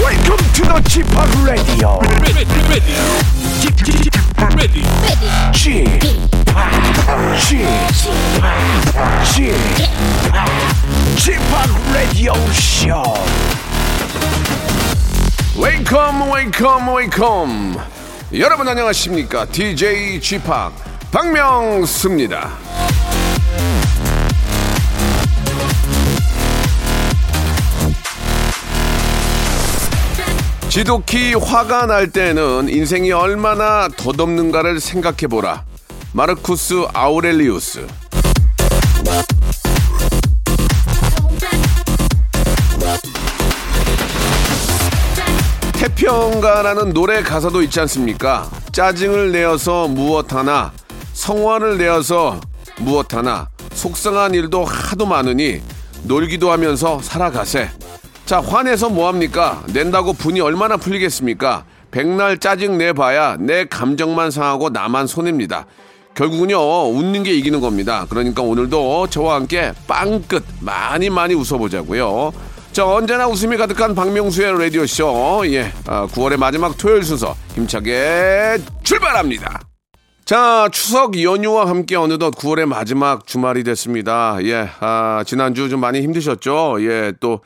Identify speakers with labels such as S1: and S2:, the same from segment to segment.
S1: Welcome to the Chip Radio.
S2: ready, ready, ready, ready.
S1: Chip, Chip, Chip, Chip Radio Show.
S3: 웨이컴 웨이컴 웨이컴 여러분 안녕하십니까 DJ g p 박명수입니다 지독히 화가 날 때는 인생이 얼마나 덧없는가를 생각해보라 마르쿠스 아우렐리우스 태평가라는 노래 가사도 있지 않습니까? 짜증을 내어서 무엇 하나, 성화를 내어서 무엇 하나, 속상한 일도 하도 많으니 놀기도 하면서 살아가세. 자, 화내서 뭐합니까? 낸다고 분이 얼마나 풀리겠습니까? 백날 짜증 내봐야 내 감정만 상하고 나만 손해입니다. 결국은요, 웃는 게 이기는 겁니다. 그러니까 오늘도 저와 함께 빵끝 많이 많이 웃어보자고요. 자 언제나 웃음이 가득한 박명수의 라디오 쇼. 예, 아, 9월의 마지막 토요일 순서 힘차게 출발합니다. 자 추석 연휴와 함께 어느덧 9월의 마지막 주말이 됐습니다. 예, 아, 지난주 좀 많이 힘드셨죠? 예, 또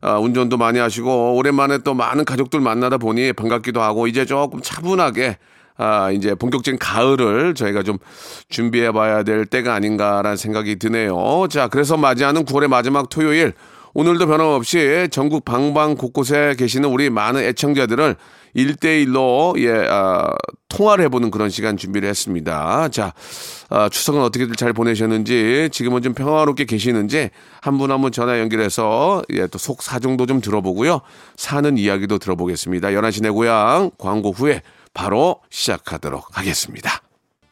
S3: 아, 운전도 많이 하시고 오랜만에 또 많은 가족들 만나다 보니 반갑기도 하고 이제 조금 차분하게. 아, 이제 본격적인 가을을 저희가 좀 준비해 봐야 될 때가 아닌가라는 생각이 드네요. 자, 그래서 맞이하는 9월의 마지막 토요일 오늘도 변함없이 전국 방방 곳곳에 계시는 우리 많은 애청자들을 일대일로 예, 아, 통화를 해보는 그런 시간 준비를 했습니다. 자, 아, 추석은 어떻게들 잘 보내셨는지, 지금은 좀 평화롭게 계시는지, 한 분 한 분 전화 연결해서, 예, 또 속 사정도 좀 들어보고요. 사는 이야기도 들어보겠습니다. 11시 내 고향 광고 후에 바로 시작하도록 하겠습니다.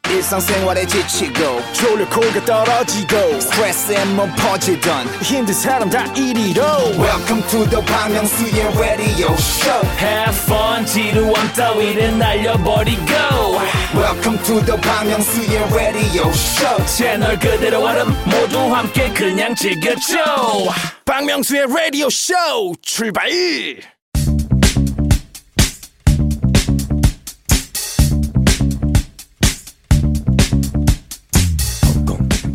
S4: 일상생활에 지치고, 졸려 코가 떨어지고, 스트레스에 몸 퍼지던, 힘든 사람 다 이리로. welcome to the Bang Myung-soo's radio show
S5: Have fun 지루함 따위를 날려버리고
S4: welcome to the Bang Myung-soo's radio show
S5: 채널 그대로 얼음 모두 함께 그냥 즐겨줘
S2: 박명수의 라디오 쇼 출발!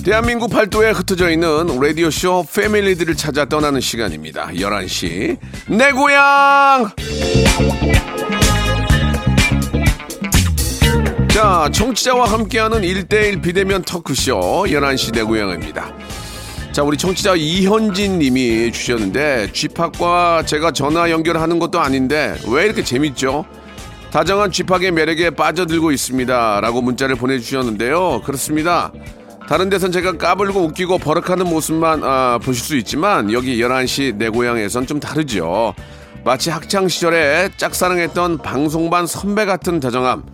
S3: 대한민국 팔도에 흩어져 있는 라디오쇼 패밀리들을 찾아 떠나는 시간입니다. 11시 내 고향 자 청취자와 함께하는 1대1 비대면 터크쇼 11시 내 고향입니다. 자 우리 청취자 이현진 님이 주셨는데 쥐팍과 제가 전화 연결하는 것도 아닌데 왜 이렇게 재밌죠? 다정한 쥐팍의 매력에 빠져들고 있습니다. 라고 문자를 보내주셨는데요. 그렇습니다. 다른 데선 제가 까불고 웃기고 버럭하는 모습만 아, 보실 수 있지만 여기 11시 내 고향에선 좀 다르죠. 마치 학창시절에 짝사랑했던 방송반 선배 같은 다정함.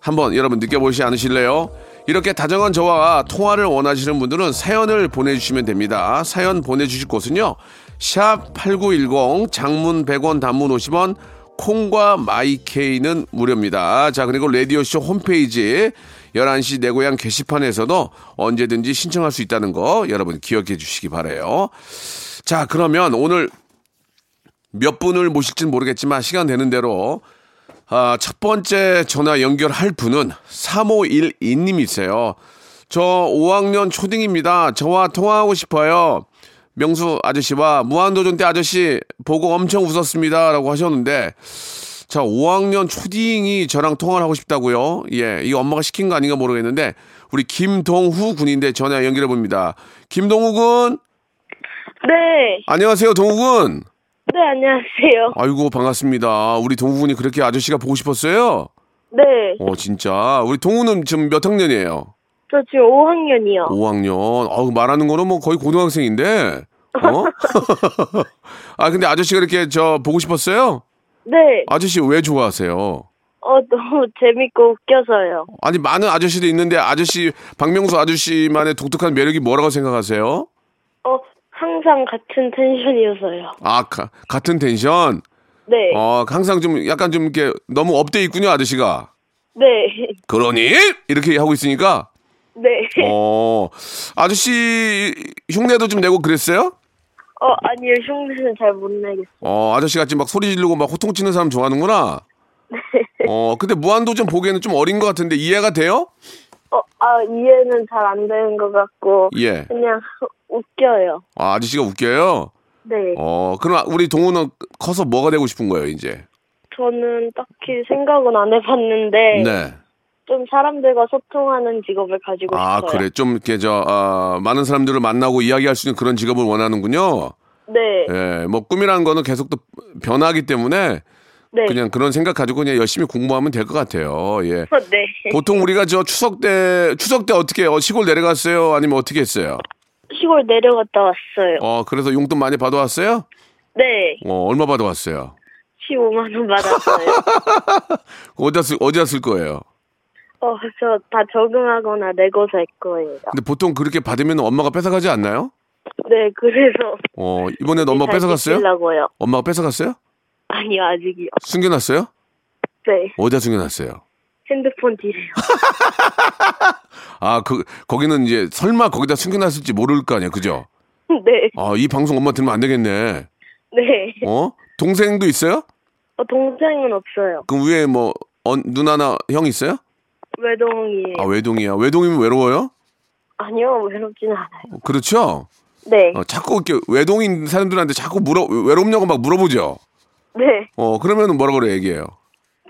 S3: 한번 여러분 느껴보시지 않으실래요? 이렇게 다정한 저와 통화를 원하시는 분들은 사연을 보내주시면 됩니다. 사연 보내주실 곳은요. 샵 8910 장문 100원 단문 50원 콩과 마이케이는 무료입니다. 자 그리고 라디오쇼 홈페이지 11시 내 고향 게시판에서도 언제든지 신청할 수 있다는 거 여러분 기억해 주시기 바래요. 자 그러면 오늘 몇 분을 모실진 모르겠지만 시간 되는 대로 아, 첫 번째 전화 연결할 분은 3512님이세요. 저 5학년 초딩입니다. 저와 통화하고 싶어요. 명수 아저씨와 무한도전 때 아저씨 보고 엄청 웃었습니다. 라고 하셨는데, 자, 5학년 초딩이 저랑 통화를 하고 싶다고요? 예, 이 엄마가 시킨 거 아닌가 모르겠는데, 우리 김동후 군인데 전화 연결해 봅니다. 김동후 군,
S6: 네,
S3: 안녕하세요, 동후 군.
S6: 네, 안녕하세요.
S3: 아이고, 반갑습니다. 우리 동후 군이 그렇게 아저씨가 보고 싶었어요?
S6: 네,
S3: 어, 진짜. 우리 동우는 지금 몇 학년이에요?
S6: 저 지금 5학년이요.
S3: 5학년. 아우, 말하는 거는 뭐 거의 고등학생인데. 어? 아, 근데 아저씨가 이렇게 저 보고 싶었어요?
S6: 네,
S3: 아저씨 왜 좋아하세요?
S6: 어, 너무 재밌고 웃겨서요.
S3: 아니, 많은 아저씨도 있는데 아저씨, 박명수 아저씨만의 독특한 매력이 뭐라고 생각하세요?
S6: 어, 항상 같은 텐션이어서요.
S3: 아, 가- 같은 텐션.
S6: 네,
S3: 어, 항상 좀 약간 좀 이렇게 너무 업돼 있군요, 아저씨가.
S6: 네,
S3: 그러니? 이렇게 하고 있으니까.
S6: 네.
S3: 어, 아저씨 흉내도 좀 내고 그랬어요?
S7: 어, 아니요, 흉내는 잘 못 내겠어요.
S3: 어, 아저씨 같이 막 소리 지르고 막 호통 치는 사람 좋아하는구나. 어, 근데 무한도전 보기에는 좀 어린 것 같은데 이해가 돼요?
S7: 어, 아, 이해는 잘 안 되는 것 같고.
S3: 예.
S7: 그냥 웃겨요.
S3: 아, 아저씨가 웃겨요.
S7: 네.
S3: 어, 그럼 우리 동훈은 커서 뭐가 되고 싶은 거예요, 이제?
S7: 저는 딱히 생각은 안 해봤는데.
S3: 네.
S7: 좀 사람들과 소통하는 직업을 가지고
S3: 아,
S7: 싶어요.
S3: 그래. 좀 이렇게 저 아, 많은 사람들을 만나고 이야기할 수 있는 그런 직업을 원하는군요.
S7: 네.
S3: 예, 뭐 꿈이라는 거는 계속 또 변하기 때문에
S7: 네.
S3: 그냥 그런 생각 가지고 그냥 열심히 공부하면 될 것 같아요. 예.
S7: 어, 네.
S3: 보통 우리가 저 추석 때 추석 때 어떻게 해요? 시골 내려갔어요? 아니면 어떻게 했어요?
S7: 시골 내려갔다 왔어요.
S3: 어, 그래서 용돈 많이 받아왔어요?
S7: 네.
S3: 어, 얼마 받아왔어요?
S7: 15만 원 받았어요.
S3: 어디다 쓸, 어디다 쓸 거예요?
S7: 어, 저 다 적응하거나 내고 살 거예요.
S3: 근데 보통 그렇게 받으면 엄마가 뺏어가지 않나요?
S7: 네, 그래서
S3: 어,
S7: 네,
S3: 이번에도 엄마 가 뺏어갔어요?
S7: 요
S3: 엄마가 뺏어갔어요?
S7: 아니요, 아직이요.
S3: 숨겨놨어요?
S7: 네,
S3: 어디다 숨겨놨어요?
S7: 핸드폰 뒤래요.
S3: 아, 그, 거기는 이제 설마 거기다 숨겨놨을지 모를 거 아니야, 그죠?
S7: 네,
S3: 아, 이 방송 엄마 들으면 안 되겠네.
S7: 네.
S3: 어? 동생도 있어요?
S7: 어, 동생은 없어요.
S3: 그럼 위에 뭐, 언- 누나나 형 있어요?
S7: 외동이에요.
S3: 아, 외동이야. 외동이면 외로워요?
S7: 아니요, 외롭진 않아요.
S3: 어, 그렇죠?
S7: 네,
S3: 어, 자꾸 이렇게 외동인 사람들한테 자꾸 물어, 외롭냐고 막 물어보죠?
S7: 네.
S3: 어, 그러면 은 뭐라고 그래, 얘기해요.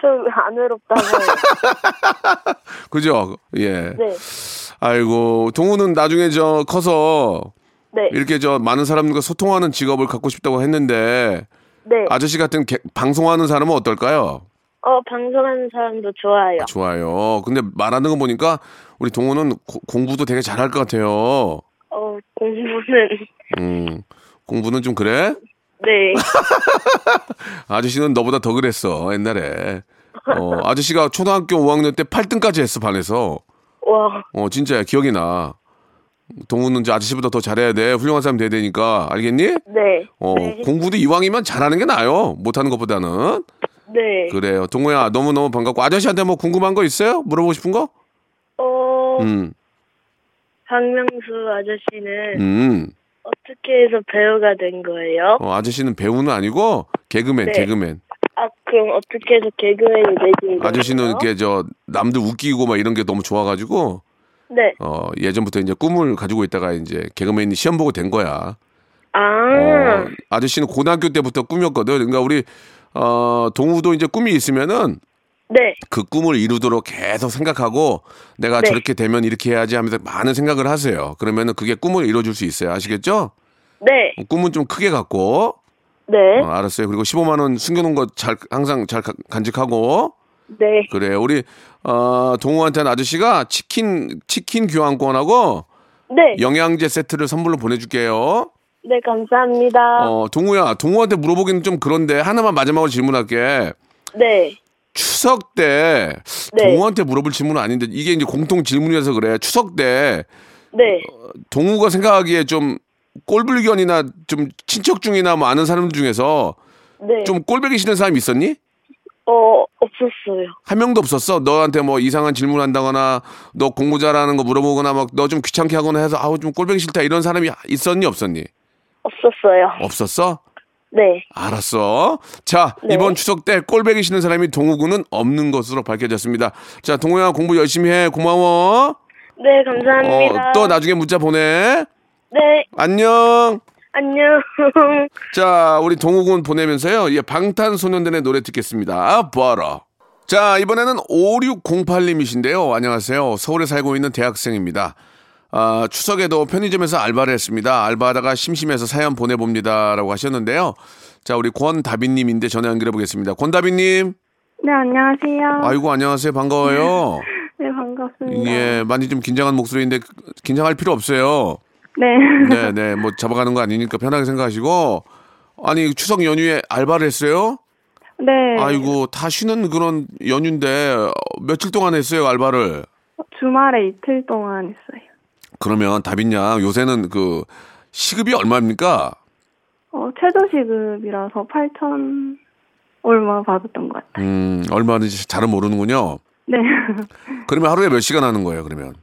S7: 좀 안 외롭다고 해요.
S3: 그죠? 예.
S7: 네,
S3: 아이고, 동우는 나중에 저 커서
S7: 네,
S3: 이렇게 저 많은 사람들과 소통하는 직업을 갖고 싶다고 했는데
S7: 네.
S3: 아저씨 같은 개- 방송하는 사람은 어떨까요?
S7: 어, 방송하는 사람도 좋아요.
S3: 좋아요. 근데 말하는 거 보니까 우리 동호는 고- 공부도 되게 잘할 것 같아요.
S7: 어, 공부는,
S3: 음, 공부는 좀 그래?
S7: 네.
S3: 아저씨는 너보다 더 그랬어, 옛날에. 어, 아저씨가 초등학교 5학년 때 8등까지 했어, 반에서.
S7: 와,
S3: 어, 진짜야, 기억이 나. 동우는 이제 아저씨보다 더 잘해야 돼. 훌륭한 사람 돼야 되니까. 알겠니?
S7: 네,
S3: 어, 공부도 이왕이면 잘하는 게 나아요. 못하는 것보다는.
S7: 네.
S3: 그래요. 동호야, 너무너무 반갑고. 아저씨한테 뭐 궁금한 거 있어요? 물어보고 싶은 거?
S7: 어,
S3: 음,
S7: 박명수 아저씨는
S3: 음.
S7: 어떻게 해서 배우가 된 거예요?
S3: 어, 아저씨는 배우는 아니고 개그맨,
S7: 네.
S3: 개그맨.
S7: 아, 그럼 어떻게 해서 개그맨이 되신 거예요?
S3: 아저씨는 이렇게 저 남들 웃기고 막 이런 게 너무 좋아가지고
S7: 네.
S3: 어 예전부터 이제 꿈을 가지고 있다가 이제 개그맨이 시험 보고 된 거야.
S7: 아,
S3: 어, 아저씨는 고등학교 때부터 꿈이었거든. 그러니까 우리 어 동우도 이제 꿈이 있으면은
S7: 네.
S3: 그 꿈을 이루도록 계속 생각하고 내가
S7: 네.
S3: 저렇게 되면 이렇게 해야지 하면서 많은 생각을 하세요. 그러면은 그게 꿈을 이뤄줄 수 있어요. 아시겠죠?
S7: 네.
S3: 꿈은 좀 크게 갖고
S7: 네.
S3: 어, 알았어요. 그리고 15만 원 숨겨놓은 거 잘 항상 잘 가- 간직하고
S7: 네.
S3: 그래요. 우리 어, 동호한테는 아저씨가 치킨 치킨 교환권하고
S7: 네.
S3: 영양제 세트를 선물로 보내줄게요.
S7: 네, 감사합니다.
S3: 어, 동호야, 동호한테 물어보기는 좀 그런데 하나만 마지막으로 질문할게.
S7: 네.
S3: 추석 때
S7: 네.
S3: 동호한테 물어볼 질문은 아닌데 이게 이제 공통 질문이라서 그래. 추석 때
S7: 네.
S3: 동호가 생각하기에 좀 꼴불견이나 좀 친척 중이나 뭐 아는 사람 중에서
S7: 네.
S3: 좀 꼴배기 싫은 사람이 있었니?
S7: 어, 없었어요.
S3: 한 명도 없었어. 너한테 뭐 이상한 질문 한다거나 너 공부 잘하는 거 물어보거나 막 너 좀 귀찮게 하거나 해서 아우 좀 꼴보기 싫다 이런 사람이 있었니 없었니?
S7: 없었어요.
S3: 없었어?
S7: 네.
S3: 알았어. 자
S7: 네.
S3: 이번 추석 때 꼴보기 싫은 사람이 동우군은 없는 것으로 밝혀졌습니다. 자 동우야 공부 열심히 해 고마워.
S7: 네,
S3: 어,
S7: 감사합니다.
S3: 또 나중에 문자 보내.
S7: 네.
S3: 안녕.
S7: 안녕.
S3: 자, 우리 동욱은 보내면서요. 예, 방탄소년단의 노래 듣겠습니다. 버러. 자, 이번에는 5608님이신데요. 안녕하세요. 서울에 살고 있는 대학생입니다. 아, 추석에도 편의점에서 알바를 했습니다. 알바하다가 심심해서 사연 보내봅니다. 라고 하셨는데요. 자, 우리 권다빈님인데 전화 연결해 보겠습니다. 권다빈님.
S8: 네, 안녕하세요.
S3: 아이고, 안녕하세요. 반가워요.
S8: 네, 반갑습니다.
S3: 예, 많이 좀 긴장한 목소리인데, 긴장할 필요 없어요.
S8: 네.
S3: 네, 네. 뭐 잡아가는 거 아니니까 편하게 생각하시고. 아니, 추석 연휴에 알바를 했어요?
S8: 네.
S3: 아이고, 다 쉬는 그런 연휴인데 어, 며칠 동안 했어요, 알바를.
S8: 주말에 이틀 동안 했어요.
S3: 그러면 다빈양 요새는 그 시급이 얼마입니까?
S8: 어, 최저 시급이라서 8천 얼마 받았던 것 같아요.
S3: 음, 얼마인지 잘은 모르는군요.
S8: 네.
S3: 그러면 하루에 몇 시간 하는 거예요, 그러면?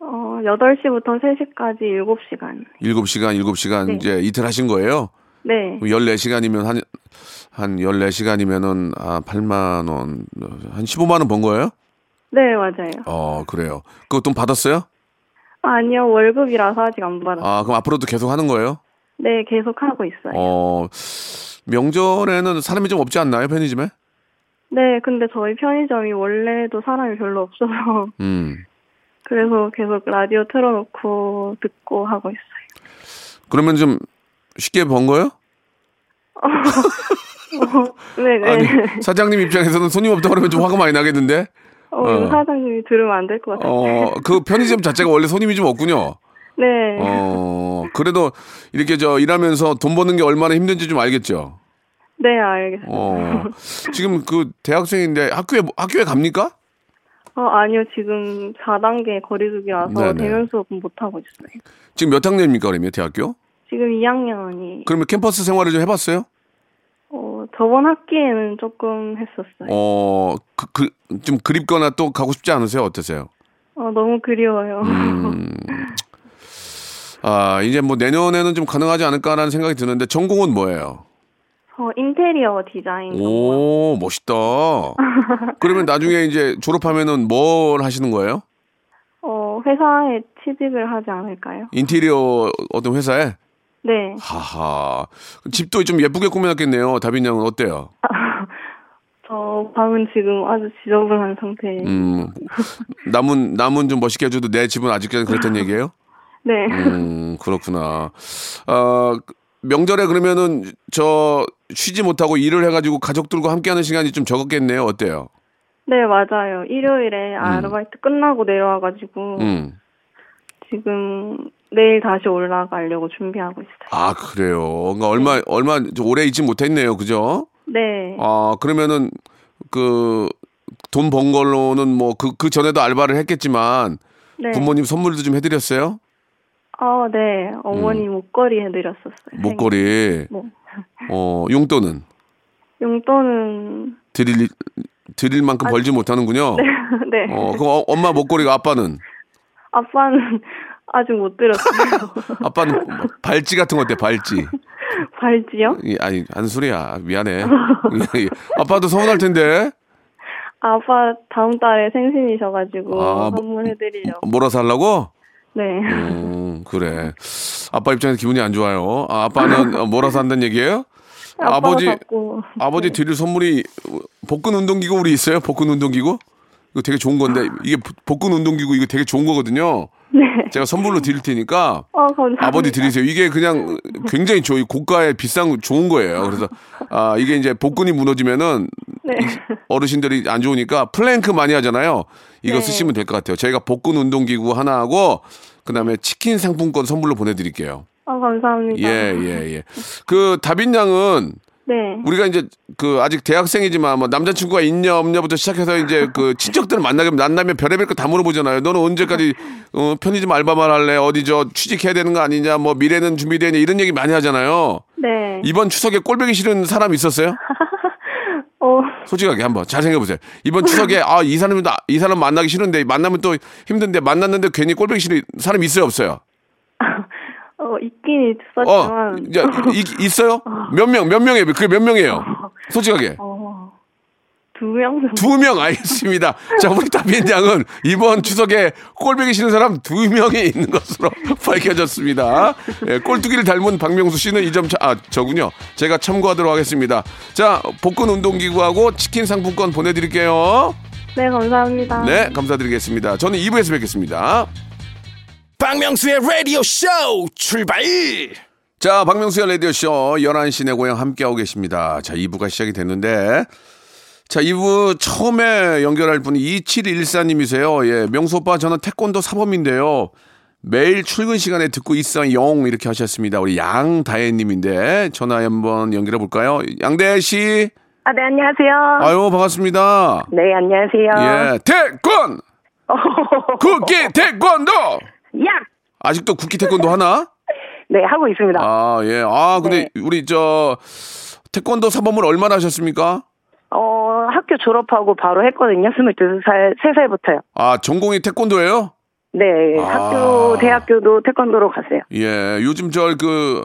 S8: 어, 8시부터 3시까지 7시간.
S3: 7시간, 7시간
S8: 네.
S3: 이제 이틀 하신 거예요?
S8: 네.
S3: 그럼 14시간이면 한, 한 14시간이면은, 아, 8만원, 한 15만원 번 거예요?
S8: 네, 맞아요.
S3: 어, 그래요. 그거 돈 받았어요?
S8: 아, 아니요, 월급이라서 아직 안 받았어요.
S3: 아, 그럼 앞으로도 계속 하는 거예요?
S8: 네, 계속 하고 있어요.
S3: 어, 명절에는 사람이 좀 없지 않나요, 편의점에?
S8: 네, 근데 저희 편의점이 원래도 사람이 별로 없어서
S3: 음.
S8: 그래서 계속 라디오 틀어놓고 듣고 하고 있어요.
S3: 그러면 좀 쉽게 번 거예요?
S8: 네네.
S3: 아니, 사장님 입장에서는 손님 없다 그러면 좀 화가 많이 나겠는데?
S8: 어,
S3: 어.
S8: 사장님이 들으면 안 될 것 같아요.
S3: 어, 그 편의점 자체가 원래 손님이 좀 없군요.
S8: 네.
S3: 어, 그래도 이렇게 저 일하면서 돈 버는 게 얼마나 힘든지 좀 알겠죠?
S8: 네, 알겠습니다.
S3: 어, 지금 그 대학생인데 학교에, 학교에 갑니까?
S8: 어, 아니요, 지금 4단계 거리두기라서
S3: 네네.
S8: 대면 수업은 못하고 있어요.
S3: 지금 몇 학년입니까, 그러면 대학교?
S8: 지금 2학년이,
S3: 그러면 캠퍼스 생활을 좀 해봤어요?
S8: 어, 저번 학기에는 조금 했었어요.
S3: 어, 그, 그, 좀 그립거나 또 가고 싶지 않으세요? 어떠세요? 음.
S8: 어, 너무 그리워요.
S3: 아, 이제 뭐 내년에는 좀 가능하지 않을까라는 생각이 드는데 전공은 뭐예요?
S8: 저 인테리어 디자인. 전공.
S3: 오, 멋있다. 그러면 나중에 이제 졸업하면은 뭘 하시는 거예요?
S8: 어, 회사에 취직을 하지 않을까요?
S3: 인테리어 어떤 회사에?
S8: 네.
S3: 하하. 집도 좀 예쁘게 꾸며놨겠네요. 다빈 양은 어때요?
S8: 저 방은 지금 아주 지저분한 상태예요.
S3: 음, 남은, 남은 좀 멋있게 해줘도 내 집은 아직까지 그랬단 얘기예요?
S8: 네.
S3: 음, 그렇구나. 아, 명절에 그러면은 저 쉬지 못하고 일을 해가지고 가족들과 함께하는 시간이 좀 적었겠네요. 어때요?
S8: 네, 맞아요. 일요일에 아르바이트 끝나고 내려와가지고
S3: 음.
S8: 지금 내일 다시 올라가려고 준비하고 있어요.
S3: 아, 그래요. 그러니까 얼마, 얼마 좀 오래 있지 못했네요. 그죠?
S8: 네.
S3: 아, 그러면은 그 돈 번 걸로는 뭐 그 그 전에도 알바를 했겠지만
S8: 네.
S3: 부모님 선물도 좀 해드렸어요?
S8: 아, 네. 어머니 목걸이 해드렸었어요.
S3: 음. 목걸이,
S8: 네.
S3: 어, 용돈은
S8: 용돈은
S3: 드릴 드릴 만큼 벌지 못하는군요.
S8: 아, 네.
S3: 어, 그 엄마 목걸이가 아빠는
S8: 아빠는 아직 못 들었어요.
S3: 아빠는 발찌 같은 거 어때? 발찌.
S8: 발지요?
S3: 이, 아니, 안 소리야. 미안해. 예, 예. 아빠도 서운할 텐데.
S8: 아빠 다음 달에 생신이셔가지고
S3: 아, 뭐-
S8: 선물해드리려고.
S3: 몰아서 하려고?
S8: 네.
S3: 음, 그래. 아빠 입장에서 기분이 안 좋아요. 아, 아빠는 어, 몰아서 한다는 얘기예요?
S8: 아빠가
S3: 아버지-
S8: 자꾸
S3: 아버지 드릴 선물이 복근 운동기구 우리 있어요? 복근 운동기구? 이거 되게 좋은 건데 이게 복- 복근 운동기구 이거 되게 좋은 거거든요.
S8: 네.
S3: 제가 선물로 드릴 테니까
S8: 어, 감사합니다.
S3: 아버지 드리세요. 이게 그냥 굉장히 저희 고가의 비싼 거 좋은 거예요. 그래서 아 이게 이제 복근이 무너지면은
S8: 네.
S3: 어르신들이 안 좋으니까 플랭크 많이 하잖아요. 이거
S8: 네.
S3: 쓰시면 될 것 같아요. 저희가 복근 운동기구 하나하고 그다음에 치킨 상품권 선물로 보내드릴게요.
S8: 어, 감사합니다.
S3: 예 예, 예. 그 다빈 양은
S8: 네.
S3: 우리가 이제 그 아직 대학생이지만 뭐 남자친구가 있냐 없냐부터 시작해서 이제 그 친척들을 만나게 되면 만나면 별의별 거 다 물어보잖아요. 너는 언제까지 어, 편의점 알바만 할래? 어디 저 취직해야 되는 거 아니냐? 뭐 미래는 준비되냐? 이런 얘기 많이 하잖아요.
S8: 네.
S3: 이번 추석에 꼴보기 싫은 사람 있었어요?
S8: 어,
S3: 솔직하게 한번 잘 생각해 보세요. 이번 추석에 아 이 사람이 이 사람 만나기 싫은데 만나면 또 힘든데 만났는데 괜히 꼴보기 싫은 사람 있어요 없어요?
S8: 어, 있긴
S3: 어,
S8: 있었지만.
S3: 이제 이- 있어요? 몇 명? 몇 명이에요? 그게 몇 명이에요? 솔직하게.
S8: 어, 두 명 정도.
S3: 두 명 알겠습니다. 자, 우리 다빈 양은 이번 추석에 꼴배기 싫은 사람 두 명이 있는 것으로 밝혀졌습니다. 예, 꼴뚜기를 닮은 박명수 씨는 이 점 차, 아, 저군요. 제가 참고하도록 하겠습니다. 자, 복근 운동기구하고 치킨 상품권 보내드릴게요.
S8: 네, 감사합니다.
S3: 네, 감사드리겠습니다. 저는 2부에서 뵙겠습니다.
S2: 박명수의 라디오 쇼 출발!
S3: 자, 박명수의 라디오쇼 11시 내 고향 함께하고 계십니다. 자, 2부가 시작이 됐는데. 자, 2부 처음에 연결할 분이 2714님이세요. 예, 명수 오빠 저는 태권도 사범인데요. 매일 출근 시간에 듣고 있어 영 이렇게 하셨습니다. 우리 양다혜님인데 전화 한번 연결해 볼까요? 양다혜 씨,
S6: 아, 네, 안녕하세요.
S3: 아유 반갑습니다.
S6: 네, 안녕하세요.
S3: 예, 태권 국기 태권도
S6: 야!
S3: 아직도 국기 태권도 하나?
S6: 네, 하고 있습니다.
S3: 아, 예. 아, 근데
S6: 네.
S3: 우리 저 태권도 사범을 얼마나 하셨습니까?
S6: 어, 학교 졸업하고 바로 했거든요. 22살, 3살부터요.
S3: 아, 전공이 태권도예요?
S6: 네,
S3: 아.
S6: 학교, 대학교도 태권도로 가세요.
S3: 예, 요즘 저 그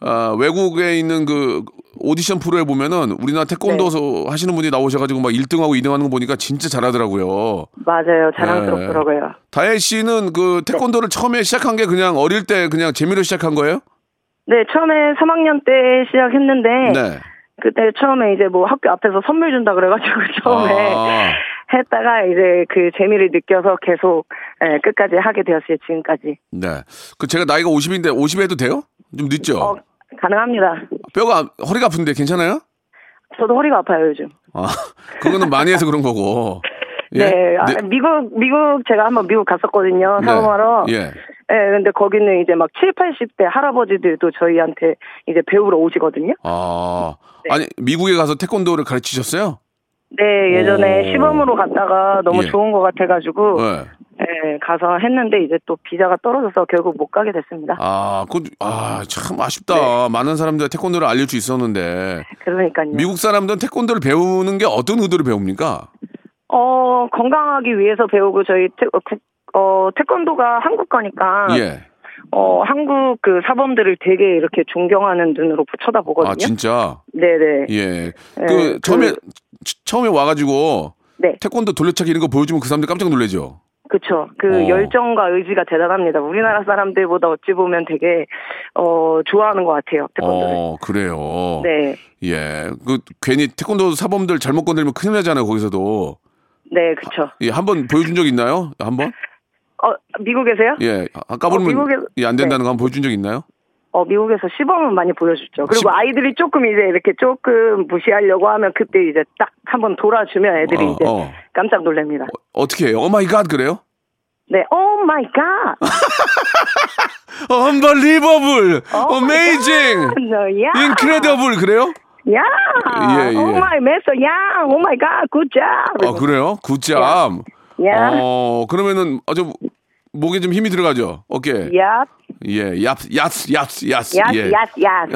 S3: 아, 외국에 있는 그 오디션 프로에 보면은 우리나라 태권도
S6: 네.
S3: 서 하시는 분이 나오셔가지고 막 1등하고 2등하는 거 보니까 진짜 잘하더라고요. 예.
S6: 맞아요. 자랑스럽더라고요.
S3: 다혜 씨는 그 태권도를 처음에 시작한 게 그냥 어릴 때 그냥 재미로 시작한 거예요?
S6: 네, 처음에 3학년 때 시작했는데,
S3: 네.
S6: 그때 처음에 이제 뭐 학교 앞에서 선물 준다 그래가지고 처음에
S3: 아.
S6: 했다가 이제 그 재미를 느껴서 계속 예, 끝까지 하게 되었어요, 지금까지.
S3: 네. 그 제가 나이가 50인데 50 해도 돼요? 좀 늦죠?
S6: 어, 가능합니다.
S3: 뼈가 아- 허리가 아픈데 괜찮아요?
S6: 저도 허리가 아파요, 요즘.
S3: 아, 그거는 많이 해서 그런 거고. 예?
S6: 네, 아,
S3: 네.
S6: 미국, 미국, 제가 한번 미국 갔었거든요,
S3: 네.
S6: 사업하러.
S3: 예.
S6: 예, 근데 거기는 이제 막 7, 80대 할아버지들도 저희한테 이제 배우러 오시거든요.
S3: 아. 아니, 미국에 가서 태권도를 가르치셨어요?
S6: 네, 예전에
S3: 오.
S6: 시범으로 갔다가 너무
S3: 예.
S6: 좋은 것 같아가지고,
S3: 네.
S6: 예, 가서 했는데 이제 또 비자가 떨어져서 결국 못 가게 됐습니다.
S3: 아, 그, 아, 참 아쉽다.
S6: 네.
S3: 많은 사람들 태권도를 알릴 수 있었는데.
S6: 그러니까요.
S3: 미국 사람들은 태권도를 배우는 게 어떤 의도로 배웁니까?
S6: 어, 건강하기 위해서 배우고 저희 태, 어, 국- 어, 태권도가 한국 거니까,
S3: 예.
S6: 어, 한국 그 사범들을 되게 이렇게 존경하는 눈으로 쳐다보거든요.
S3: 아, 진짜?
S6: 네네.
S3: 예.
S6: 예,
S3: 그,
S6: 그-
S3: 처음에, 치- 처음에 와가지고
S6: 네.
S3: 태권도 돌려차기 이런 거 보여주면 그 사람들 깜짝 놀라죠?
S6: 그쵸. 그
S3: 어.
S6: 열정과 의지가 대단합니다. 우리나라 사람들보다 어찌 보면 되게, 어, 좋아하는 것 같아요. 태권도를.
S3: 어, 그래요.
S6: 네.
S3: 예. 그, 괜히 태권도 사범들 잘못 건드리면 큰일 나잖아요, 거기서도.
S6: 네, 그쵸.
S3: 예, 한 번 보여준 적 있나요? 한 번?
S6: 어, 미국에서요?
S3: 예. 아까 보면,
S6: 어, 미국에서-
S3: 예, 안 된다는 거 한 번 보여준 적 있나요?
S6: 어, 미국에서 시범은 많이 보여줬죠. 그리고
S3: 시범.
S6: 아이들이 조금 이제 이렇게 조금 무시하려고 하면 그때 이제 딱 한번 돌아주면 애들이
S3: 어,
S6: 이제
S3: 어.
S6: 깜짝 놀랍니다.
S3: 어떻게 해요? 오 마이 갓, 그래요?
S6: 네, 오 마이 갓!
S3: Unbelievable!
S6: Oh my
S3: Amazing!
S6: 야!
S3: Incredible! 그래요?
S6: 야!
S3: 예, 예.
S6: 오 마이 메서 야! 오 마이 갓! 굿잡!
S3: 아, 그래요? 굿잡.
S6: 야!
S3: 어, 그러면은, 아주 목에 좀 힘이 들어가죠? 오케이.
S6: 야!
S3: 예, 얍, 얍, 얍, 얍.
S6: 야!
S3: 예.
S6: 야! 야!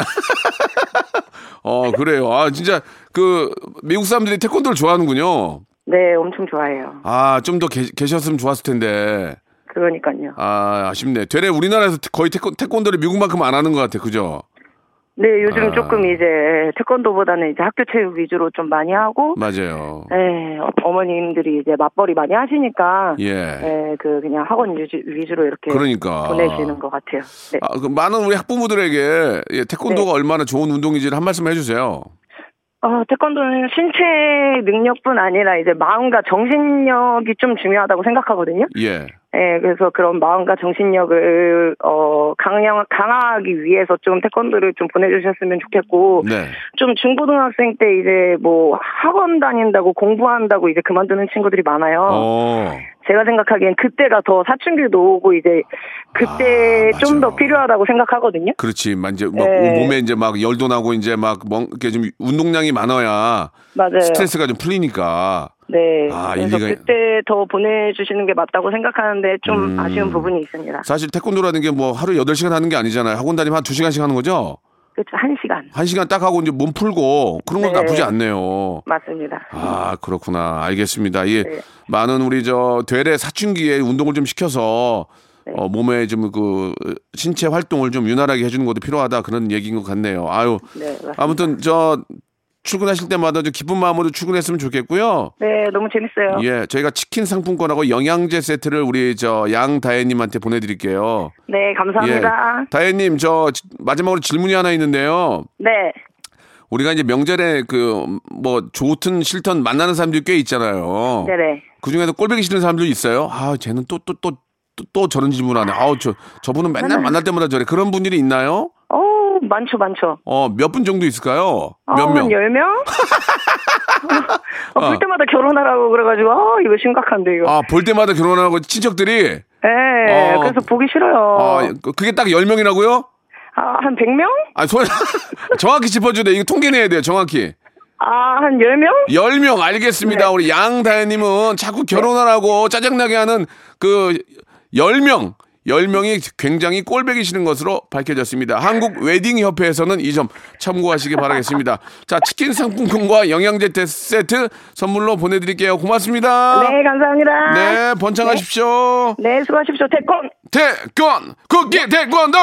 S3: 어, 그래요. 아, 진짜, 그, 미국 사람들이 태권도를 좋아하는군요.
S6: 네, 엄청 좋아해요.
S3: 아, 좀 더 계셨으면 좋았을 텐데.
S6: 그러니까요.
S3: 아, 아쉽네. 되레 우리나라에서 태- 거의 태권, 태권도를 미국만큼 안 하는 것 같아. 그죠?
S6: 네, 요즘
S3: 아.
S6: 조금 이제 태권도보다는 이제 학교 체육 위주로 좀 많이 하고,
S3: 맞아요.
S6: 네, 어- 어머님들이 이제 맞벌이 많이 하시니까,
S3: 예.
S6: 네, 그 그냥 학원 유지- 위주로 이렇게
S3: 그러니까.
S6: 보내시는 것 같아요. 네.
S3: 아, 그 많은 우리 학부모들에게 예, 태권도가 얼마나 좋은 운동인지를 한 말씀 해주세요.
S6: 어, 태권도는 신체 능력뿐 아니라 이제 마음과 정신력이 좀 중요하다고 생각하거든요.
S3: 예.
S6: 예, 그래서 그런 마음과 정신력을 어 강양 강화하기 위해서 좀 태권도를 좀 보내주셨으면 좋겠고
S3: 네.
S6: 좀 중고등학생 때 이제 뭐 학원 다닌다고 공부한다고 이제 그만두는 친구들이 많아요.
S3: 어.
S6: 제가 생각하기엔 그때가 더 사춘기도 오고 이제 그때
S3: 아,
S6: 좀
S3: 맞아.
S6: 더 필요하다고 생각하거든요.
S3: 그렇지. 막 이제 막
S6: 네.
S3: 몸에 이제 막 열도 나고 이제 막 멍, 이렇게 좀 운동량이 많아야
S6: 맞아요.
S3: 스트레스가 좀 풀리니까.
S6: 네.
S3: 아,
S6: 그래서
S3: 일리가-
S6: 그때 더 보내주시는 게 맞다고 생각하는데
S3: 음.
S6: 좀 아쉬운 부분이 있습니다.
S3: 사실 태권도라는 게 뭐 하루 8시간 하는 게 아니잖아요. 학원 다니면 한 2시간씩 하는 거죠?
S6: 그렇죠. 한 시간.
S3: 한시간딱 하고 이제 몸 풀고 그런 건
S6: 네.
S3: 나쁘지 않네요.
S6: 맞습니다.
S3: 아, 그렇구나. 알겠습니다. 예.
S6: 네.
S3: 많은 우리 저 되레 사춘기에 운동을 좀 시켜서
S6: 네.
S3: 어, 몸에 좀 그 신체 활동을 좀 유난하게 해주는 것도 필요하다 그런 얘기인 것 같네요. 아유.
S6: 네, 맞습니다.
S3: 아무튼 저 출근하실 때마다 좀 기쁜 마음으로 출근했으면 좋겠고요.
S6: 네, 너무 재밌어요.
S3: 예, 저희가 치킨 상품권하고 영양제 세트를 우리 저 양다혜님한테 보내드릴게요.
S6: 네, 감사합니다.
S3: 예, 다혜님 저 지- 마지막으로 질문이 하나 있는데요.
S6: 네,
S3: 우리가 이제 명절에 그 뭐 좋든 싫든 만나는 사람들이 꽤 있잖아요.
S6: 네네.
S3: 그 중에서 꼴보기 싫은 사람도 있어요. 아, 쟤는 또 또 또 또, 또 저런 질문하네. 아우 저 저분은 맨날 만날 때마다 저래. 그런 분들이 있나요?
S6: 어 많죠, 많죠.
S3: 어, 몇 분 정도 있을까요? 몇
S6: 어,
S3: 명?
S6: 한 10명? 어,
S3: 아.
S6: 볼 때마다 결혼하라고 그래가지고, 아, 이거 심각한데, 이거.
S3: 아, 볼 때마다 결혼하고 친척들이
S6: 예,
S3: 어.
S6: 그래서 보기 싫어요.
S3: 아, 그- 그게 딱 10명이라고요?
S6: 아, 한 100명?
S3: 아, 소리 정확히 짚어줘야 돼. 이거 통계 내야 돼요. 정확히.
S6: 아, 한 10명?
S3: 10명 알겠습니다.
S6: 네.
S3: 우리 양다혜님은 자꾸 결혼하라고 짜증나게 하는 그 10명. 10명이 굉장히 꼴배기 싫은 것으로 밝혀졌습니다. 한국 웨딩협회에서는 이 점 참고하시기 바라겠습니다. 자, 치킨 상품권과 영양제 대- 세트 선물로 보내드릴게요. 고맙습니다.
S6: 네, 감사합니다.
S3: 예. 네, 번창하십시오.
S6: 네, 수고하십시오. 태권.
S3: 태권, 국기 태권도!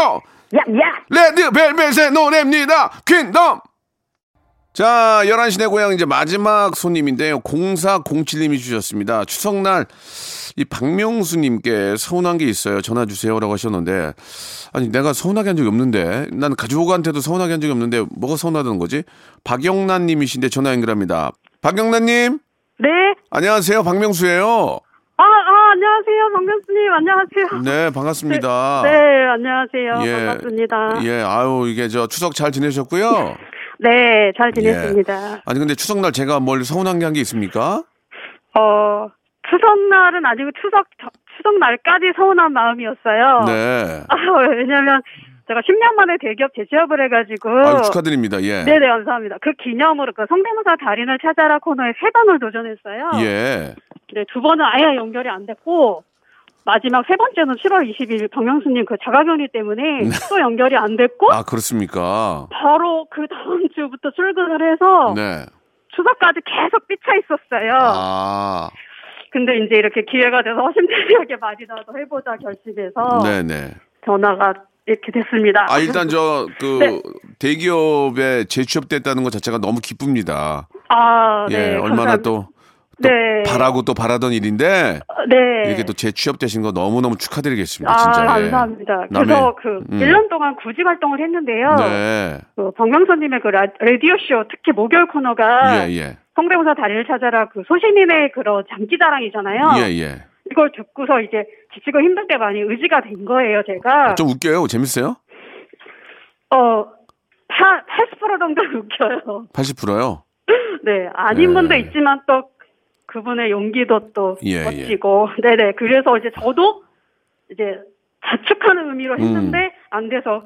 S6: 야, 야.
S3: 레드벨벳의 노래입니다. 퀸덤. 자, 11시 내 고향 이제 마지막 손님인데요. 0407님이 주셨습니다. 추석날 이 박명수님께 서운한 게 있어요. 전화 주세요라고 하셨는데 아니 내가 서운하게 한 적이 없는데 난 가족한테도 서운하게 한 적이 없는데 뭐가 서운하다는 거지? 박영란님이신데 전화 연결합니다. 박영란님
S8: 네.
S3: 안녕하세요. 박명수예요.
S8: 아, 아 안녕하세요. 박명수님. 안녕하세요.
S3: 네 반갑습니다.
S8: 네, 안녕하세요. 반갑습니다.
S3: 예, 아유 이게 저 추석 잘 지내셨고요.
S8: 네, 잘
S3: 예.
S8: 지냈습니다.
S3: 아니 근데 추석날 제가 뭘 서운한 게 한 게 있습니까?
S8: 어, 추석날은 아니고 추석, 저- 추석날까지 서운한 마음이었어요.
S3: 네.
S8: 아, 왜냐면 제가 10년 만에 대기업 재취업을 해가지고.
S3: 아유 축하드립니다. 예.
S8: 어. 네네, 감사합니다. 그 기념으로 그 성대모사 달인을 찾아라 코너에 세 번을 도전했어요.
S3: 예.
S8: 네, 두 번은 아예 연결이 안 됐고, 마지막 세 번째는 7월 20일 박명수님 그 자가격리 때문에 또 연결이 안 됐고,
S3: 네. 아 그렇습니까?
S8: 바로 그 다음 주부터 출근을 해서
S3: 네.
S8: 추석까지 계속 삐쳐 어. 있었어요.
S3: 아.
S8: 근데 이제 이렇게 기회가 돼서 허심탄회하게 말이라도 해보자 결심해서
S3: 네네.
S8: 전화가 이렇게 됐습니다.
S3: 아 일단 저 그
S8: 네.
S3: 대기업에 재취업됐다는 것 자체가 너무 기쁩니다.
S8: 아, 네.
S3: 예. 얼마나
S8: 감사합니다.
S3: 또
S8: 네.
S3: 바라고 또 바라던 일인데
S8: 어, 네.
S3: 이렇게 또 재취업되신 거 너무 너무 축하드리겠습니다.
S8: 아,
S3: 진짜. 예.
S8: 감사합니다.
S3: 남의-
S8: 그래서 그
S3: 음.
S8: 1년 동안 굳이 활동을 했는데요.
S3: 네.
S8: 그 박명수님의 그 라- 라디오쇼 특히 목요일 코너가
S3: 예 예.
S8: 성대모사 다리를 찾아라 그 소신인의 그런 장기자랑이잖아요.
S3: 예 예.
S8: 이걸 듣고서 이제 지치고 힘들 때 많이 의지가 된 거예요, 제가.
S3: 좀 웃겨요. 재밌어요?
S8: 어, 8, 80% 정도 웃겨요.
S3: 80%요.
S8: 네, 아닌
S3: 예.
S8: 분도 있지만 또 그분의 용기도 또
S3: 예,
S8: 멋지고, 네네. 그래서 이제 저도 이제 자축하는 의미로 했는데 안 돼서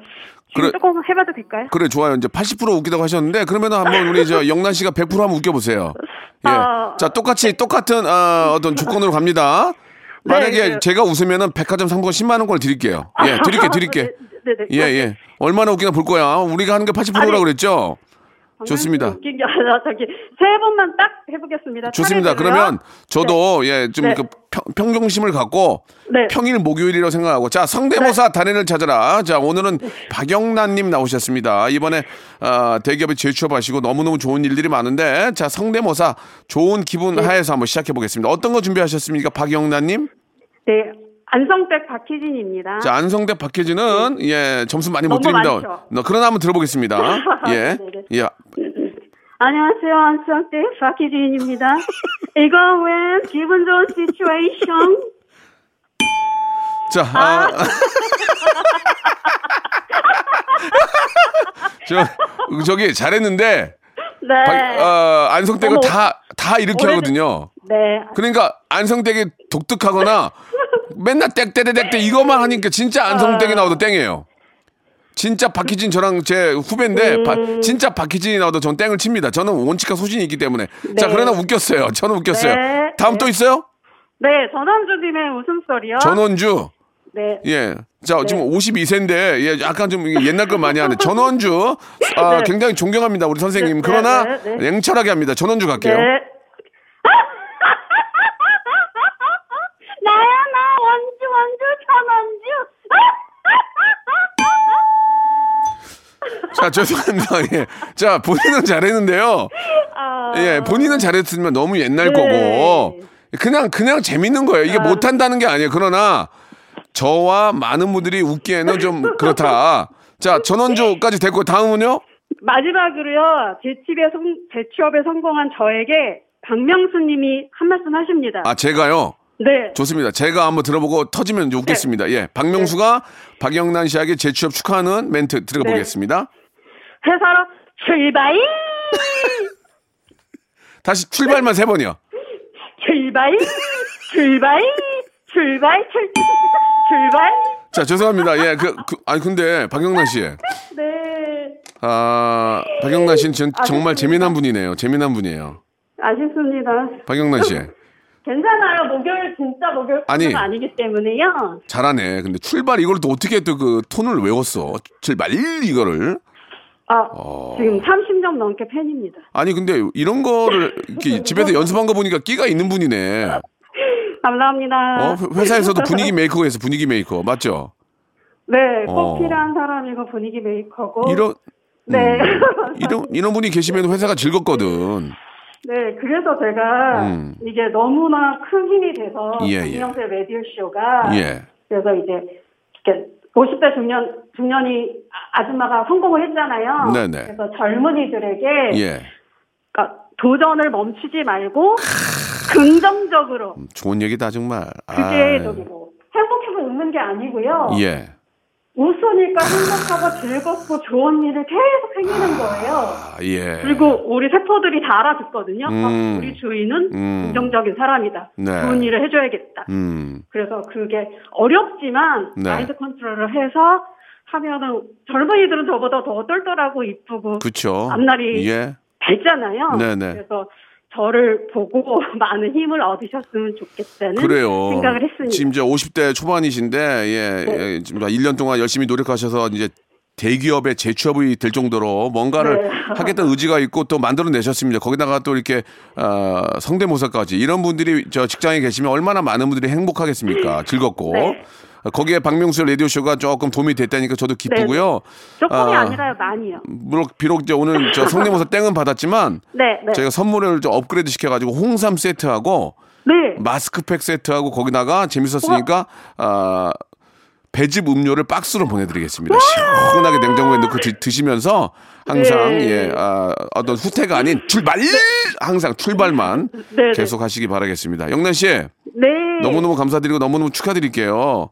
S8: 지금
S3: 음. 그래.
S8: 조금 해봐도 될까요?
S3: 그래 좋아요. 이제 80% 웃기다고 하셨는데 그러면 한번 우리 저 영란 씨가 100% 한번 웃겨 보세요. 예.
S8: 아.
S3: 자, 똑같이 똑같은 어, 어떤 조건으로 갑니다. 만약에
S8: 네. 아,
S3: 제가 웃으면은 백화점 상품 10만 원권 드릴게요. 예, 드릴게 드릴게.
S8: 네, 네, 네.
S3: 예, 예. 얼마나 웃기나 볼 거야. 우리가 하는 게 80%라고
S8: 아니. 네.
S3: 그랬죠?
S8: 방금
S3: 좋습니다.
S8: 웃긴 게 아니라 저기 세 번만 딱 해보겠습니다.
S3: 좋습니다.
S8: 아, 차례대로요.
S3: 그러면 저도 예, 좀
S8: 네.
S3: 그 평, 평정심을 갖고
S8: 네.
S3: 평일 목요일이라고 생각하고 자 성대모사 단연을 찾아라 자 오늘은 박영란님 나오셨습니다 이번에 아, 대기업에 재취업하시고 너무너무 좋은 일들이 많은데 자 성대모사 좋은 기분 하에서 한번 시작해 보겠습니다 어떤 거 준비하셨습니까 박영란님
S8: 네, 안성백 박희진입니다.
S3: 자 안성대 박혜진은 예 점수 많이 못
S8: 아. 네. 너무
S3: 드립니다
S8: 많죠.
S3: 너, 그러나 한번 들어보겠습니다
S8: 네,
S3: 예예
S8: 네. 안녕하세요, 안성대 박희진입니다. 이거 웬 기분 좋은 시츄에이션?
S3: 자, 아. 저, 저기 잘했는데
S8: 네.
S3: 박- 어, 안성대가
S8: 어머,
S3: 다다 이렇게
S8: 오래된-
S3: 하거든요.
S8: 네.
S3: 그러니까 안성댁이 독특하거나 맨날 땡땡땡땡 이것만 하니까 진짜
S8: 아.
S3: 안성댁이 나오도 땡이에요. 진짜 박희진 저랑 제 후배인데
S8: 음.
S3: 바- 진짜 박희진이 나오도 전 땡을 칩니다. 저는 원칙과 소신이 있기 때문에. 자 그러나 웃겼어요. 저는 웃겼어요.
S8: 네.
S3: 다음 또 있어요?
S8: 네, 전원주님의 웃음소리요.
S3: 전원주.
S8: 네.
S3: 예. 자, 지금 52세인데, 예, 약간 좀 옛날 걸 많이 하는 전원주. 아, 굉장히 존경합니다, 우리 선생님.
S8: 네,
S3: 그러나,
S8: 네, 네.
S3: 냉철하게 합니다. 전원주 갈게요.
S8: 네. 나야, 나, 원주, 원주, 전원주.
S3: 자, 죄송합니다. 예. 자, 본인은 잘했는데요.
S8: 아, 네.
S3: 예, 본인은 잘했으면 너무 옛날 거고. 그냥, 그냥 재밌는 거예요.
S8: 아.
S3: 이게 못한다는 게 아니에요. 그러나, 저와 많은 분들이 웃기에는 좀 그렇다. 자, 전원주까지 됐고, 다음은요?
S8: 마지막으로요, 제 집에 성, 제 취업에 성공한 저에게 박명수님이 한 말씀 하십니다.
S3: 아, 제가요.
S8: 네.
S3: 좋습니다. 제가 한번 들어보고 터지면 이제 웃겠습니다. 예. 박명수가 박영란 씨에게 재취업 축하하는 멘트 들어보겠습니다.
S8: 회사로 출발!
S3: 다시 출발만 세 번이요.
S8: 출발! 출발! 출발! 출, 출발!
S3: 자, 죄송합니다. 예. 그, 그 아니 근데 박영란 씨.
S8: 네.
S3: 아, 박영란 씨는 전- 정말 재미난 분이네요. 재미난 분이에요.
S8: 아쉽습니다.
S3: 박영란 씨.
S8: 괜찮아요. 목요일 진짜 목요일
S3: 아니.
S8: 코너가 아니기 때문에요.
S3: 잘하네. 근데 출발 이걸 또 어떻게 또 그 톤을 외웠어? 출발 이거를.
S8: 아,
S3: 어.
S8: 지금 30점 넘게 팬입니다.
S3: 아니 근데 이런 거를 이렇게 집에서 연습한 거 보니까 끼가 있는 분이네.
S8: 감사합니다.
S3: 어, 회- 회사에서도 분위기 메이커에서 분위기 메이커 맞죠?
S8: 네, 꼭
S3: 어.
S8: 필요한 사람이고 분위기 메이커고.
S3: 이런 음.
S8: 네.
S3: 이런 이런 분이 계시면 회사가 즐겁거든.
S8: 네, 그래서 제가
S3: 음.
S8: 이게 너무나 큰 힘이 돼서
S3: 예, 예.
S8: 김영세 라디오 쇼가
S3: 예.
S8: 그래서 이제 이렇게 50대 중년 중년이 아- 아줌마가 성공을 했잖아요.
S3: 네네.
S8: 그래서 젊은이들에게
S3: 예.
S8: 그러니까 도전을 멈추지 말고 긍정적으로
S3: 좋은 얘기다 정말.
S8: 그게
S3: 음. 아유.
S8: 저기 어. 뭐 행복해서 웃는 게 아니고요.
S3: 예.
S8: 웃으니까 행복하고 즐겁고 좋은 일을 계속 생기는 거예요.
S3: 아, 예.
S8: 그리고 우리 세포들이 다 알아듣거든요.
S3: 음.
S8: 아, 우리 주인은
S3: 음.
S8: 긍정적인 사람이다.
S3: 네.
S8: 좋은 일을 해줘야겠다.
S3: 음.
S8: 그래서 그게 어렵지만
S3: 네.
S8: 마인드 컨트롤을 해서 하면은 젊은이들은 저보다 더 똘똘하고 이쁘고
S3: 그쵸.
S8: 앞날이
S3: 예.
S8: 밝잖아요.
S3: 네네.
S8: 그래서 저를 보고 많은 힘을 얻으셨으면 좋겠다는
S3: 그래요.
S8: 생각을 했습니다. 네.
S3: 지금 이제 50대 초반이신데 예, 예 지금 1년 동안 열심히 노력하셔서 이제 대기업에 재취업이 될 정도로 뭔가를
S8: 네.
S3: 하겠다는 의지가 있고 또 만들어내셨습니다. 거기다가 또 이렇게 아, 성대모사까지 이런 분들이 저 직장에 계시면 얼마나 많은 분들이 행복하겠습니까? 즐겁고
S8: 네.
S3: 거기에 박명수 라디오 쇼가 조금 도움이 됐다니까 저도 기쁘고요.
S8: 조금이
S3: 아,
S8: 아니라요, 많이요.
S3: 물론 비록 이제 오늘 저 성대모사 땡은 받았지만
S8: 네, 네.
S3: 저희가 선물을 좀 업그레이드 시켜가지고 홍삼 세트하고
S8: 네.
S3: 마스크팩 세트하고 거기다가 재밌었으니까 아, 배즙 음료를 박스로 보내드리겠습니다. 시원하게 냉장고에 넣고 드, 시면서 항상
S8: 네.
S3: 예 아, 어떤 후퇴가 아닌 출발 항상 출발만
S8: 네, 네.
S3: 계속 하시기 바라겠습니다. 영란 씨
S8: 네.
S3: 너무너무 감사드리고 너무너무 축하드릴게요.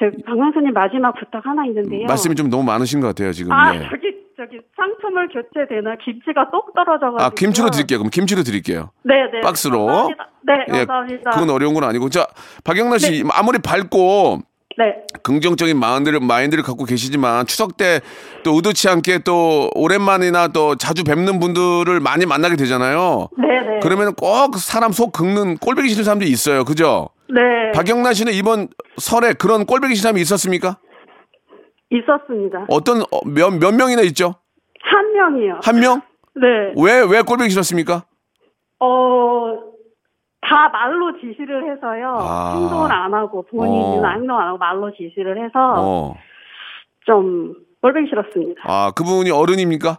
S8: 저 박명수님 마지막 부탁 하나 있는데요.
S3: 말씀이 좀 너무 많으신 것 같아요 지금.
S8: 네. 아
S3: 예.
S8: 저기 저기 상품을 교체되나 김치가 쏙 떨어져가지고.
S3: 아 김치로 드릴게요. 그럼 김치로 드릴게요.
S8: 네네.
S3: 박스로.
S8: 감사합니다. 네
S3: 예,
S8: 감사합니다.
S3: 그건 어려운 건 아니고 자 박영란 씨 아무리 밝고
S8: 네.
S3: 긍정적인 마인드를 마인드를 갖고 계시지만 추석 때 또 의도치 않게 또 오랜만이나 또 자주 뵙는 분들을 많이 만나게 되잖아요.
S8: 네네.
S3: 그러면 꼭 사람 속 긁는 꼴보기 싫은 사람들이 있어요. 그죠?
S8: 네.
S3: 박영란 씨는 이번 설에 그런 꼴보기 싫은 사람이 있었습니까?
S8: 있었습니다.
S3: 어떤 어, 몇, 몇 명이나 있죠?
S8: 한 명이요.
S3: 한 명?
S8: 네.
S3: 왜, 왜 꼴보기 싫었습니까?
S8: 어. 다 말로 지시를 해서요.
S3: 아.
S8: 행동을 안 하고 본인은
S3: 어.
S8: 행동 안 하고 말로 지시를 해서
S3: 어.
S8: 좀 꼴보기 싫었습니다.
S3: 아, 그분이 어른입니까?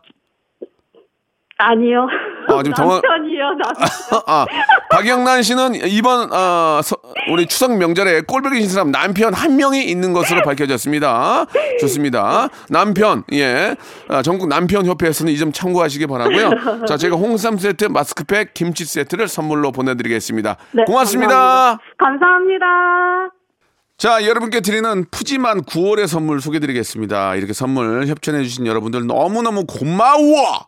S8: 아니요.
S3: 아, 지금 당황-
S8: 남편이요. 남편.
S3: 아, 아, 박영란 씨는 이번 아, 서- 우리 추석 명절에 꼴보기 싫은 사람 남편 한 명이 있는 것으로 밝혀졌습니다. 좋습니다. 남편 예 아, 전국 남편 협회에서는 이 점 참고하시기 바라고요. 자 제가 홍삼 세트, 마스크팩, 김치 세트를 선물로 보내드리겠습니다.
S8: 네,
S3: 고맙습니다.
S8: 감사합니다. 감사합니다.
S3: 자, 여러분께 드리는 푸짐한 9월의 선물 소개드리겠습니다. 이렇게 선물 협찬해주신 여러분들 너무너무 고마워!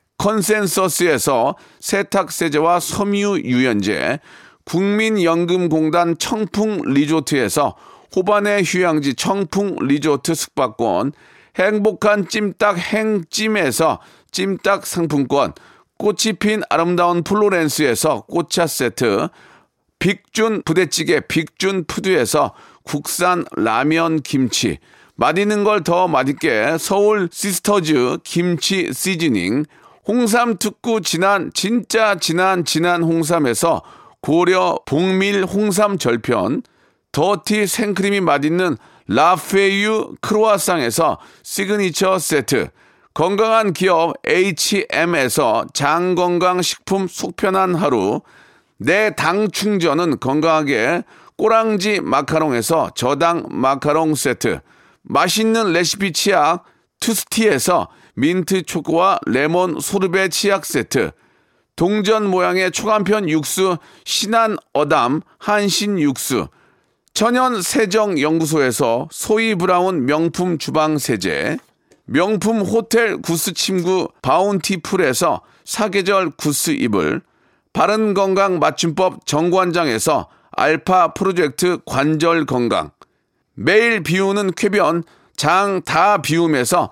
S3: 컨센서스에서 세탁 세제와 섬유 유연제, 국민연금공단 청풍 리조트에서 호반의 휴양지 청풍 리조트 숙박권, 행복한 찜닭 행찜에서 찜닭 상품권, 꽃이 핀 아름다운 플로렌스에서 꽃차 세트, 빅준 부대찌개 빅준 푸드에서 국산 라면 김치 맛있는 걸 더 맛있게 서울 시스터즈 김치 시즈닝 홍삼 특구 진한 진짜 진한 진한 홍삼에서 고려 복밀 홍삼 절편 더티 생크림이 맛있는 라페유 크로아상에서 시그니처 세트 건강한 기업 H&M에서 장건강 식품 속편한 하루 내 당 충전은 건강하게 꼬랑지 마카롱에서 저당 마카롱 세트 맛있는 레시피 치약 투스티에서 민트 초코와 레몬 소르베 치약 세트 동전 모양의 초간편 육수 신한 어담 한신 육수 천연 세정 연구소에서 소이 브라운 명품 주방 세제 명품 호텔 구스 침구 바운티풀에서 사계절 구스 이불 바른 건강 맞춤법 정관장에서 알파 프로젝트 관절 건강 매일 비우는 쾌변 장 다 비움에서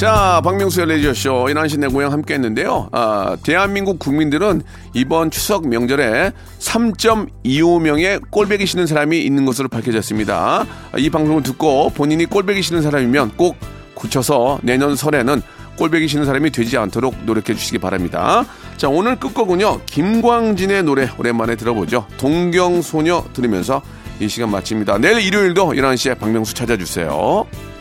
S3: 자, 박명수의 레디오쇼, 인한시내 고향 함께 했는데요. 아, 대한민국 국민들은 이번 추석 명절에 3.25명의 꼴배기 싫은 사람이 있는 것으로 밝혀졌습니다. 아, 이 방송을 듣고 본인이 꼴배기 싫은 사람이면 꼭 고쳐서 내년 설에는 꼴배기 싫은 사람이 되지 않도록 노력해 주시기 바랍니다. 자, 오늘 끝거군요. 김광진의 노래 오랜만에 들어보죠. 동경소녀 들으면서 이 시간 마칩니다. 내일 일요일도 11시에 박명수 찾아주세요.